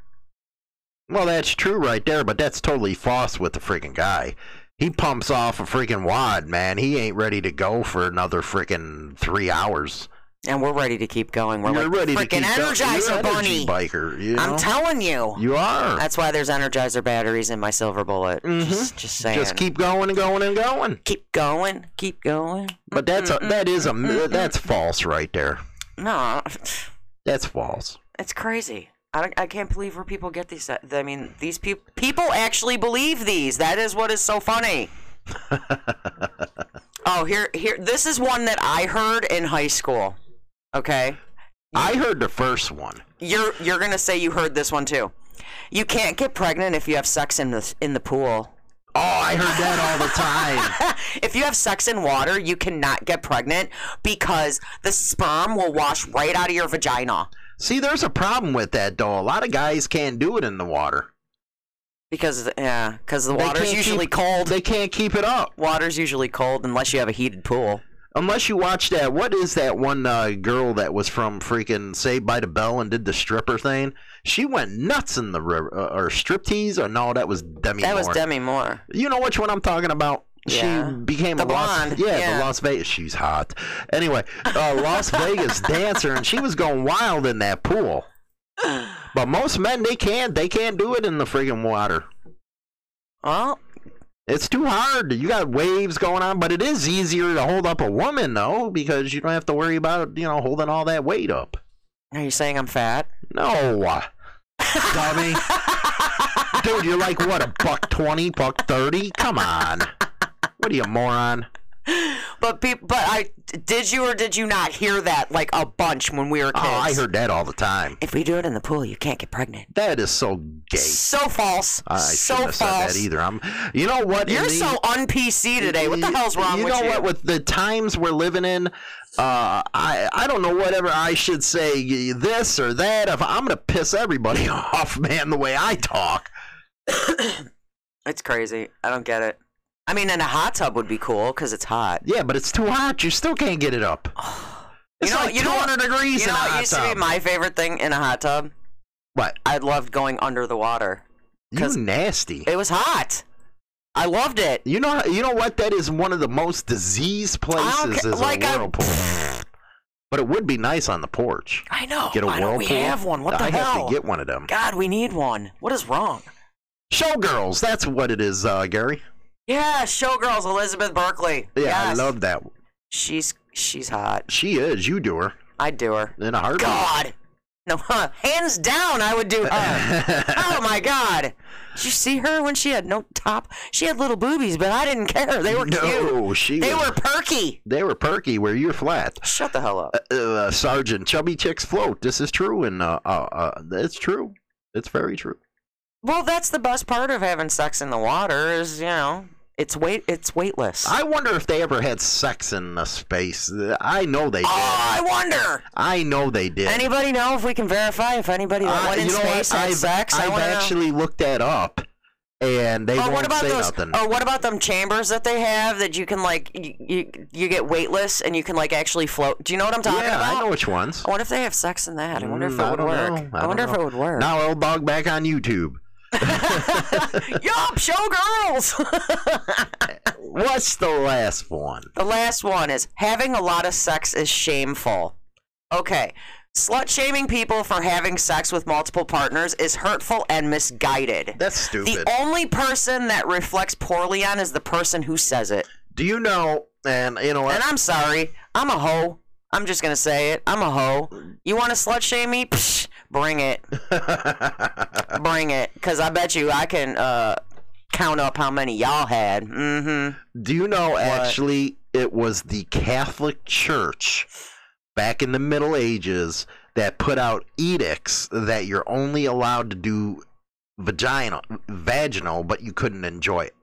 well, that's true right there, but that's totally false with the freaking guy. He pumps off a freaking wad, man. He ain't ready to go for another freaking three hours. And we're ready to keep going. We're You're like ready the to keep freaking Energizer going. You're Bunny. energy biker. You know? I'm telling you. you are. That's why there's Energizer batteries in my silver bullet. Just, just saying. Just keep going and going and going. keep going, keep going. But that's mm, a that is a that's false right there. No, That's false. it's crazy. I, don't, I can't believe where people get these. I mean, these people people actually believe these. That is what is so funny. oh, here, here. This is one that I heard in high school. Okay, I heard the first one. you're you're gonna say you heard this one too. You can't get pregnant if you have sex in the in the pool. Oh, I heard that all the time. if you have sex in water, you cannot get pregnant because the sperm will wash right out of your vagina See, there's a problem with that though. A lot of guys can't do it in the water. because yeah, because the They water's can't usually keep- cold. They can't keep it up Water's usually cold unless you have a heated pool. unless you watch that. What is that one uh, girl that was from freaking Saved by the Bell and did the stripper thing? She went nuts in the river uh, or striptease or no? That was Demi. That was Moore. Demi Moore. You know which one I'm talking about? Yeah. She became The a Las, blonde, yeah, yeah. the Las Vegas. She's hot. Anyway, uh, Las Vegas dancer, and she was going wild in that pool. But most men, they can't. They can't do it in the friggin' water. Well, It's too hard. You got waves going on, but it is easier to hold up a woman though, because you don't have to worry about you know holding all that weight up. are you saying I'm fat? No, dummy, dude, you're like what a buck twenty, buck thirty. Come on, what are you moron? But peop but I did you or did you not hear that like a bunch when we were kids? Oh, I heard that all the time. If we do it in the pool, you can't get pregnant. That is so gay. So false. I so shouldn't have false. said that either. I'm. You know what? in You're the- so un PC today. What the hell's wrong you with know you? what? With the times we're living in, uh, I I don't know whatever I should say this or that. If I'm gonna piss everybody off, man, the way I talk. It's crazy. I don't get it. I mean, and a hot tub would be cool because it's hot. Yeah, but it's too hot. You still can't get it up. It's know- like you know what- 200 degrees You know in a what hot used to tub. be my favorite thing in a hot tub? what? I loved going under the water. You nasty. It was hot. I loved it. you know, you know what? That is one of the most diseased don't places ca- is like, a I- whirlpool. but it would be nice on the porch. Oh, I know. Get a Why whirlpool. don't we have one? What the I hell? have to get one of them. God, we need one. What is wrong? Showgirls, that's what it is, uh, Gary. Yeah, Showgirls Elizabeth Berkley. Yeah, I Yes. love that. She's she's hot. She is. You do her I'd do her. in a heartbeat. God. No, huh, hands down, I would do her. oh my God! Did you see her when she had no top? She had little boobies, but I didn't care. They were cute. no, she. They was- were perky. They were perky where you're flat. Shut the hell up. Uh, Sergeant, chubby chicks float. This is true, and uh, uh, uh, it's true. It's very true. Well, that's the best part of having sex in the water is, you know, it's weight it's weightless. I wonder if they ever had sex in the space. I know they did. oh, I wonder. I know they did. Anybody know if we can verify if anybody that Uh, went in you know what? space had I've, sex? I I've wanna know. actually looked that up, and they Or won't what about say those? nothing. Or what about them chambers that they have that you can like you, you, you get weightless and you can like actually float? Do you know what I'm talking yeah, about? I know which ones. Oh. I wonder if they have sex in that. I wonder if Mm, it I would don't work. know. I I, don't wonder if know. it would work. Now, old dog back on YouTube. Yup, showgirls. What's the last one? the last one is having a lot of sex is shameful. Okay. Slut shaming people for having sex with multiple partners is hurtful and misguided. That's the stupid. only person that reflects poorly on is the person who says it. Do you know? And you know what? And I'm sorry. I'm a hoe. I'm just going to say it. I'm a hoe. You want to slut shame me? Psh, bring it. bring it. Because I bet you I can uh, count up how many y'all had. Mm hmm. Do you know? Actually, it was the Catholic Church back in the Middle Ages that put out edicts that you're only allowed to do vagina, vaginal, but you couldn't enjoy it.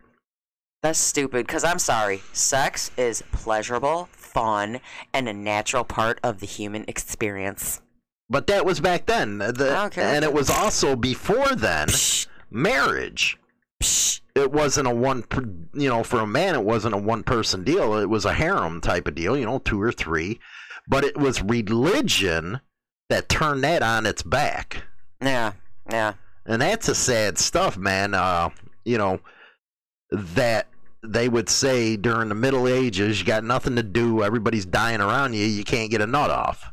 That's stupid. Because I'm sorry. Sex is pleasurable, fun, and a natural part of the human experience. But that was back then. The, Okay. And it was also before then Psh, marriage. psh. It wasn't a one, per- you know, for a man, it wasn't a one person deal. It was a harem type of deal, you know, two or three. But it was religion that turned that on its back. Yeah. Yeah. And that's a sad stuff, man. Uh, you know, that they would say during the Middle Ages, you got nothing to do, everybody's dying around you, you can't get a nut off.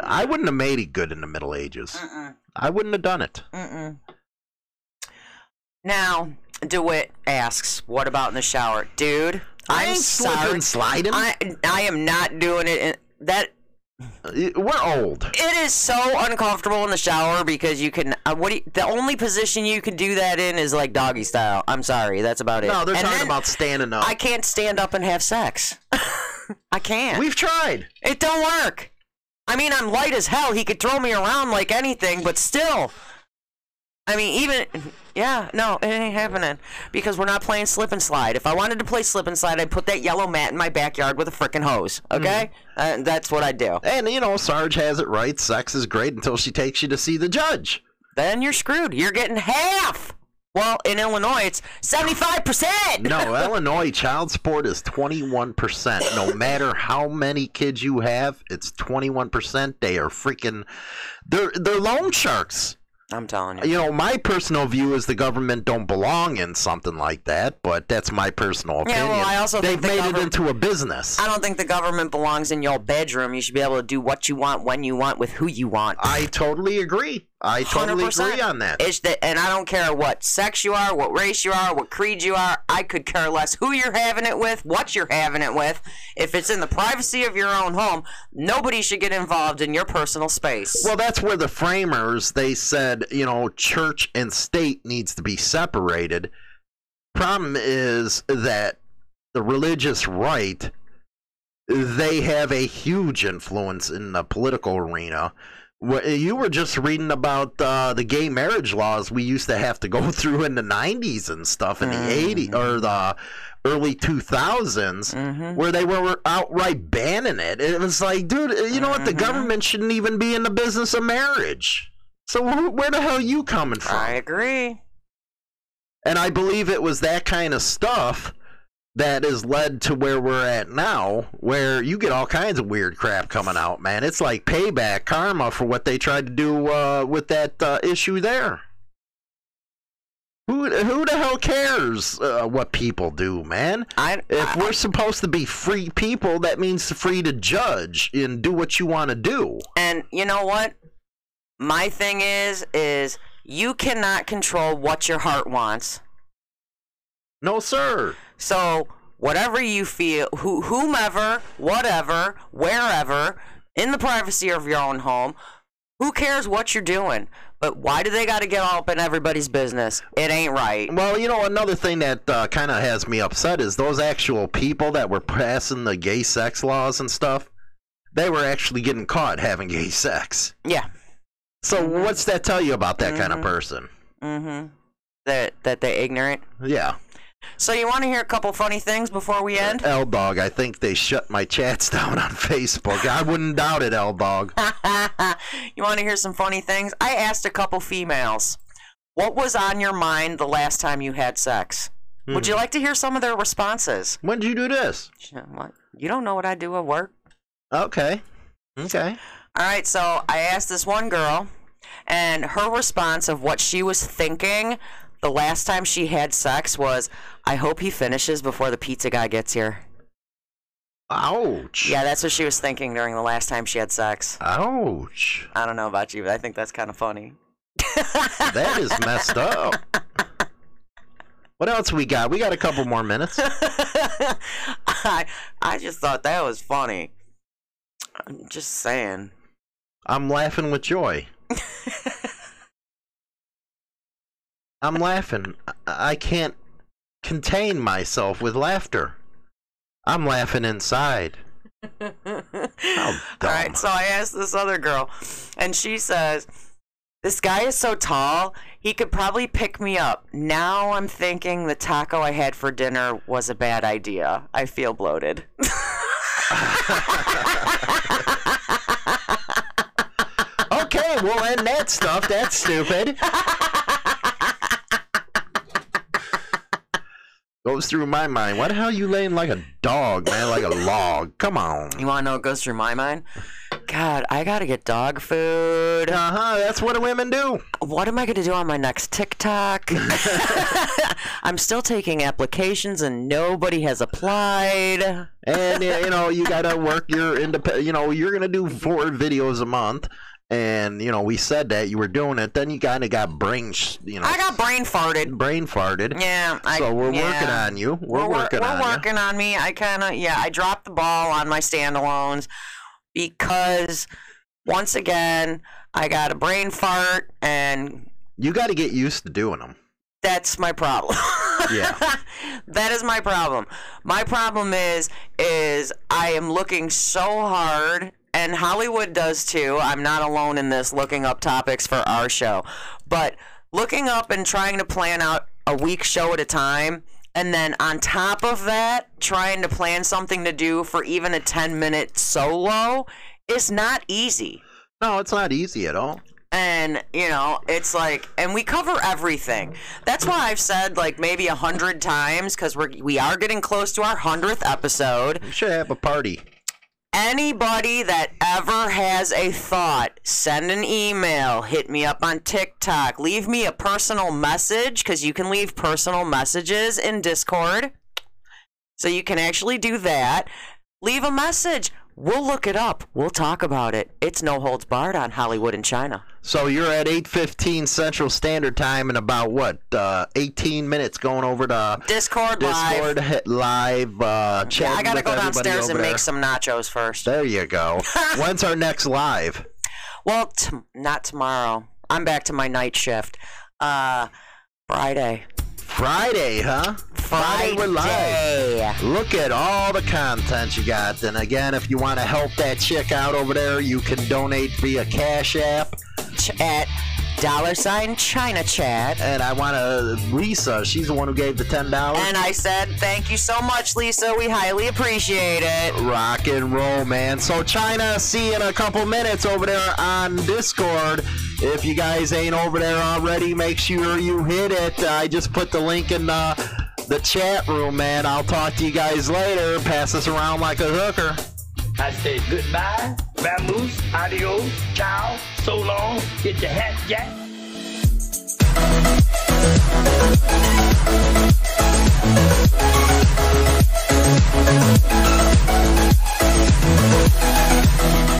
I wouldn't have made it good in the Middle Ages. Mm-mm. I wouldn't have done it. Mm-mm. Now, DeWitt asks, "What about in the shower, dude? I I'm ain't slipping, sorry. sliding. I I am not doing it. In, that We're old. it is so uncomfortable in the shower because you can. Uh, what do you, the only position you can do that in is like doggy style. I'm sorry, that's about it. No, they're And talking then about standing up. I can't stand up and have sex. I can't. We've tried. it don't work. I mean, I'm light as hell. He could throw me around like anything, but still. I mean, even yeah, no, it ain't happening because we're not playing slip and slide. If I wanted to play slip and slide, I'd put that yellow mat in my backyard with a frickin' hose. Okay, uh, that's what I do. And, you know, Sarge has it right. Sex is great until she takes you to see the judge. Then you're screwed. You're getting half. Well, in Illinois, it's seventy-five percent. No, Illinois child support is 21%. No matter how many kids you have, it's 21%. They are freaking they're they're loan sharks. I'm telling you. You know, my personal view is the government don't belong in something like that, but that's my personal Yeah, opinion. well, I also They've think the made it govern- into a business. I don't think the government belongs in your bedroom. You should be able to do what you want, when you want, with who you want. I totally agree. I totally 100%. agree on that. It's the, and I don't care what sex you are, what race you are, what creed you are. I could care less who you're having it with, what you're having it with. If it's in the privacy of your own home, nobody should get involved in your personal space. Well, that's where the framers they said, you know, church and state needs to be separated. Problem is that the religious right they have a huge influence in the political arena. Wh- You were just reading about uh, the gay marriage laws we used to have to go through in the '90s and stuff, in the '80s or the early 2000s, mm-hmm. where they were outright banning it. It was like, dude, you know what? The Mhm. government shouldn't even be in the business of marriage. So wh- where the hell are you coming from? I agree. And I believe it was that kind of stuff that has led to where we're at now, where you get all kinds of weird crap coming out, man. It's like payback karma for what they tried to do uh, with that uh, issue there. Who, who the hell cares uh, what people do, man? I, If I- we're supposed to be free people, that means free to judge and do what you want to do. and you know what? My thing is, is you cannot control what your heart wants. No, sir. So whatever you feel, who, whomever, whatever, wherever, in the privacy of your own home, who cares what you're doing? But why do they got to get all up in everybody's business? It ain't right. Well, you know, another thing that uh, kind of has me upset is those actual people that were passing the gay sex laws and stuff, they were actually getting caught having gay sex. Yeah. So, what's that tell you about that kind of Mhm. person? Mm-hmm. That that they ignorant. Yeah. So you want to hear a couple funny things before we end? L Dog, I think they shut my chats down on Facebook. I wouldn't doubt it, L Dog. you want to hear some funny things? I asked a couple females, what was on your mind the last time you had sex? Would you like to hear some of their responses? When did you do this? She said, What? You don't know what I do at work? Okay. Okay. All right, so I asked this one girl, and her response of what she was thinking the last time she had sex was, I hope he finishes before the pizza guy gets here. Ouch. Yeah, that's what she was thinking during the last time she had sex. Ouch. I don't know about you, but I think that's kind of funny. That is messed up. What else we got? We got a couple more minutes. I I just thought that was funny. I'm just saying. I'm laughing with joy. I'm laughing. I- I can't contain myself with laughter. I'm laughing inside. How All dumb. right, so I asked this other girl, and she says, This guy is so tall, he could probably pick me up. Now I'm thinking the taco I had for dinner was a bad idea. I feel bloated. Okay, we'll end that stuff. That's stupid. Goes through my mind. Why the hell you laying like a dog, man? Like a log. Come on. You want to know what goes through my mind? God, I got to get dog food. Uh huh. That's what women do. what am I going to do on my next TikTok? I'm still taking applications and nobody has applied. and y- you know you gotta work your independent you know you're gonna do four videos a month and you know we said that you were doing it then you kind of got brain sh- you know I got brain farted. brain farted Yeah, I, so we're yeah. working on you we're, wor- working we're on you working on me. I kind of yeah, I dropped the ball on my standalones because once again I got a brain fart and you got to get used to doing them that's my problem. Yeah. that is my problem. My problem is is I am looking so hard and Hollywood does too. I'm not alone in this looking up topics for our show. But looking up and trying to plan out a week show at a time and then on top of that trying to plan something to do for even a 10 minute solo is not easy no it's not easy at all and you know it's like and we cover everything that's why i've said like maybe a hundred times because we're we are getting close to our hundredth episode you should have a party anybody that ever has a thought send an email hit me up on tiktok leave me a personal message because you can leave personal messages in discord so you can actually do that leave a message we'll look it up we'll talk about it it's no holds barred on hollywood and china so you're at 8.15 central standard time in about what uh, 18 minutes going over to Discord, live. discord hit live uh, Yeah, chatting I gotta with go everybody downstairs over and there. make some nachos first. there you go when's our next live Well, t- not tomorrow. I'm back to my night shift. Uh, Friday. Friday, huh? Friday. we're live. Look at all the content you got. And again, if you want to help that chick out over there, you can donate via Cash App. Ch- at dollar sign China Chat. And I want to, Lisa, she's the one who gave the $10. And I said, thank you so much, Lisa. We highly appreciate it. Rock and roll, man. So, China, see you in a couple minutes over there on Discord. If you guys ain't over there already, make sure you hit it. I just put the link in the, the chat room, man. I'll talk to you guys later. Pass this around like a hooker. I say goodbye, vamoose, adios, ciao, so long, get your hat jack.